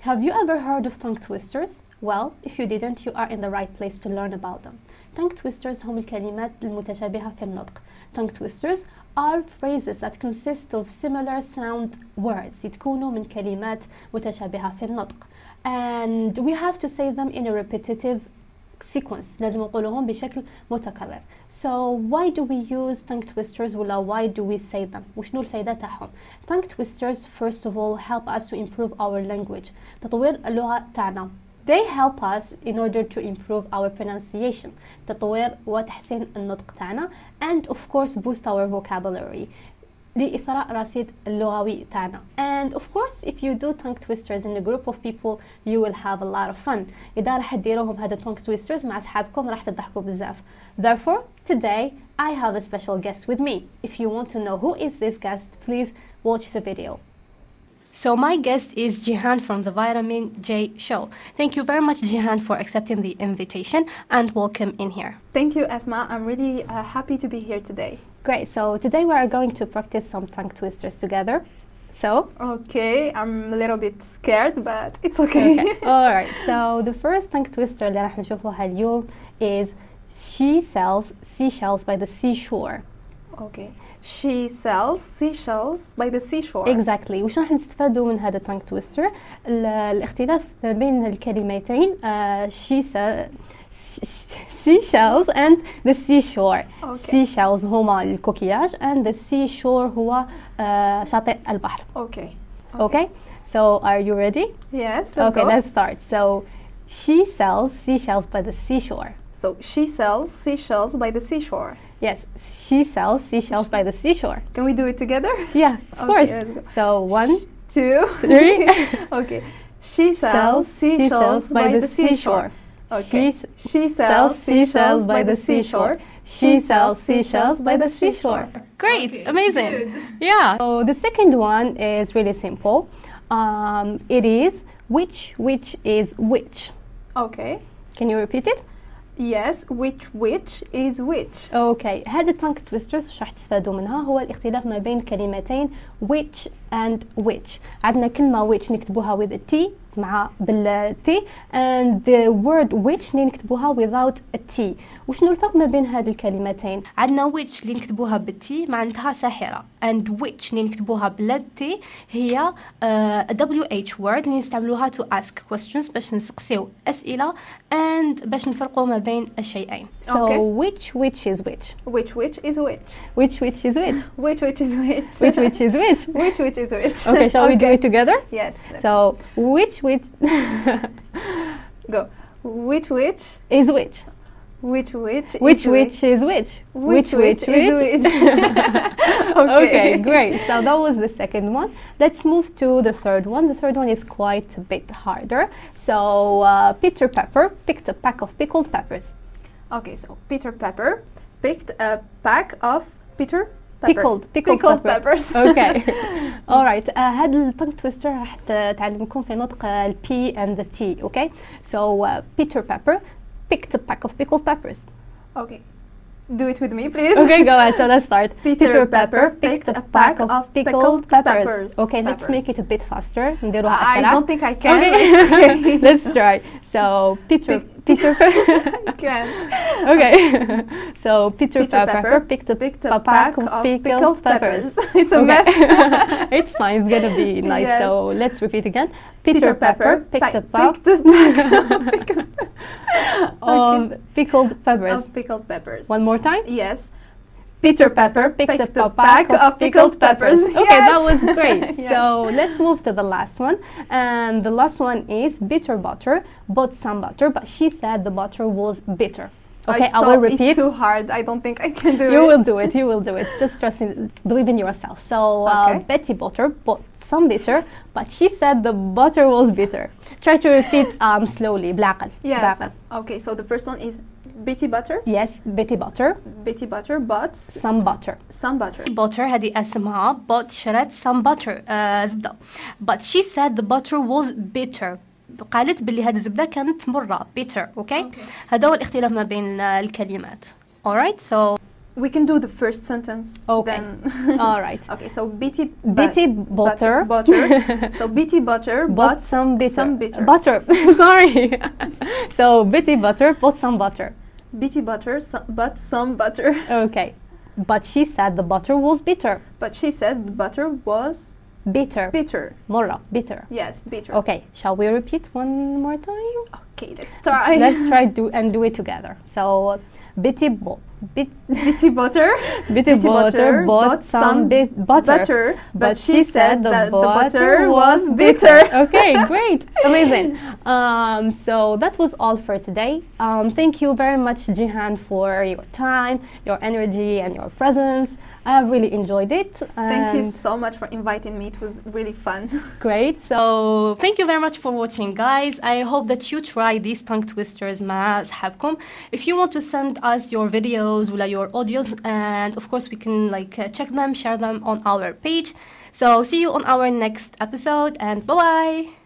Have you ever heard of tongue twisters? Well, if you didn't, you are in the right place to learn about them. Tongue twisters هم الكلمات المتشابهة في النطق. Tongue twisters are phrases that consist of similar sound words يتكونوا من كلمات متشابهة في النطق. And we have to say them in a repetitive sequence لازم نقولهم بشكل متكرر so why do we use tongue twisters ولا why do we say them وشنو الفائدة تاعهم tongue twisters first of all help us to improve our language تطوير اللغة تاعنا they help us in order to improve our pronunciation تطوير وتحسين النطق تاعنا and of course boost our vocabulary لإثراء رصيد اللغوي تاعنا and of course if you do tongue twisters in a group of people you will have a lot of fun إذا راح تديروهم هذا tongue twisters مع أصحابكم راح تضحكوا بزاف therefore today I have a special guest with me if you want to know who is this guest please watch the video So my guest is Jihan from the Vitamin J Show. Thank you very much, Jihan, for accepting the invitation and welcome in here. Thank you, Asma. I'm really uh, happy to be here today. Great. So today we are going to practice some tongue twisters together. So Okay, I'm a little bit scared, but it's okay. all right. So the first tongue twister اللي راح نشوفوها اليوم is she sells seashells by the seashore. okay. She sells seashells by the seashore. Exactly. وش راح نستفادوا من هذا tongue twister؟ ال- الاختلاف ما بين الكلمتين uh, she se- sh- sh- seashells and the seashore. Okay. seashells هما الكوكياج and the seashore هو uh, شاطئ البحر. okay. Okay. So are you ready? Yes. Let's Okay, go. let's start. So she sells seashells by the seashore. so she sells seashells by the seashore. Yes, she sells seashells by the seashore. Can we do it together? Yeah, of Okay, let's go. course. So one, Two, three. okay. She sells seashells by the seashore. She Okay. s- She sells seashells by the seashore. She sells seashells by the seashore. Great, amazing. Yeah. So the second one is really simple. Um, it is which which is which. Okay. Can you repeat it? Yes. Which which is which? اوكي هذا التانك تويسترز واش راح تستفادوا منها هو الاختلاف ما بين كلمتين which and which عندنا كلمة which نكتبوها with a t مع بال t and the word which اللي نكتبوها without a t وشنو الفرق ما بين هذه الكلمتين عندنا which اللي نكتبوها بالتي معناتها ساحرة and which اللي نكتبوها بلا t هي آه، wh word اللي نستعملوها to ask questions باش نسقسيو أسئلة and باش نفرقوا ما بين الشيئين so Okay. which which is which Which which is which? which which is which Which which is which which? which is which which which is which? okay shall we do it together Yes. let's so which which go. Which which is which which which which is which is which which which is which? okay okay. great so that was the second one let's move to the third one the third one is quite a bit harder so uh, peter pepper picked a pack of pickled peppers Okay. So Peter Pepper picked a pack of Peter Pepper. Pickled- pickled pepper. peppers. اوكي alright Uh, هاد التونج تويستر راح ت- تعلمكم في نطق ال P and the T اوكي so uh, Peter Pepper picked a pack of pickled peppers okay. Do it with me, please. okay go ahead so let's start Peter Pepper picked a pack of pickled peppers. okay let's Peppers. make it a bit faster نديروها I أسرع don't think I can. okay. but it's okay. let's try so Peter Peter I can't. okay so Peter, Peter Pepper, Pepper picked a Picked a pack of pickled peppers. It's a Okay. mess. it's fine. It's gonna be nice. Yes. So let's repeat again. Peter, Pepper picked pi- a pack picked a pack of pickled, of pickled peppers. of pickled peppers. Um, One more time. Yes. Peter Pepper picked, picked a pack, of pickled peppers. Okay, that was Yes. great. Yes. So let's move to the last one. And the last one is bitter butter. Bought some butter, but she said the butter was bitter. Okay, it's I will so- repeat. It's too hard. I don't think I can do You it. will do it. You will do it. Just trust in, believe in yourself. So uh, Okay. Betty Butter bought some bitter, but she said the butter was bitter. Try to repeat um, slowly. بالعقل. Yes. بالعقل. Okay, so the first one is Betty Butter. Yes. Betty Butter. Betty Butter bought Some butter. some butter. Butter هذه اسمها but شرت some butter آه، زبدة but she said the butter was bitter قالت باللي هذه الزبدة كانت مرة bitter اوكي okay? هذا هو الاختلاف ما بين الكلمات alright so We can do the first sentence. Okay. Then. All right. Okay, so bitty bu- Bitty butter. butter. so bitty butter, Bought but some bitter. some bitter. Butter. Sorry. so bitty butter bought some butter. bitty butter, so, but some butter. Okay. But she said the butter was bitter. But she said the butter was Bitter. bitter. Mora. Bitter. Yes, bitter. Okay. Shall we repeat one more time? Okay, let's try. Let's try do and do it together. So bitty bo- bit- bitty butter. Bitty butter bought some bit butter, butter, but she said that the butter was bitter. okay, great, amazing. Um, so that was all for today. Um, thank you very much, Jihan, for your time, your energy, and your presence. I really enjoyed it. Thank you and so much for inviting me. It was really fun. Great. So thank you very much for watching, guys. I hope that you try these tongue twisters مع أصحابكم. If you want to send us your videos ولا your audios, and of course we can like uh, check them, share them on our page. So see you on our next episode, and bye bye.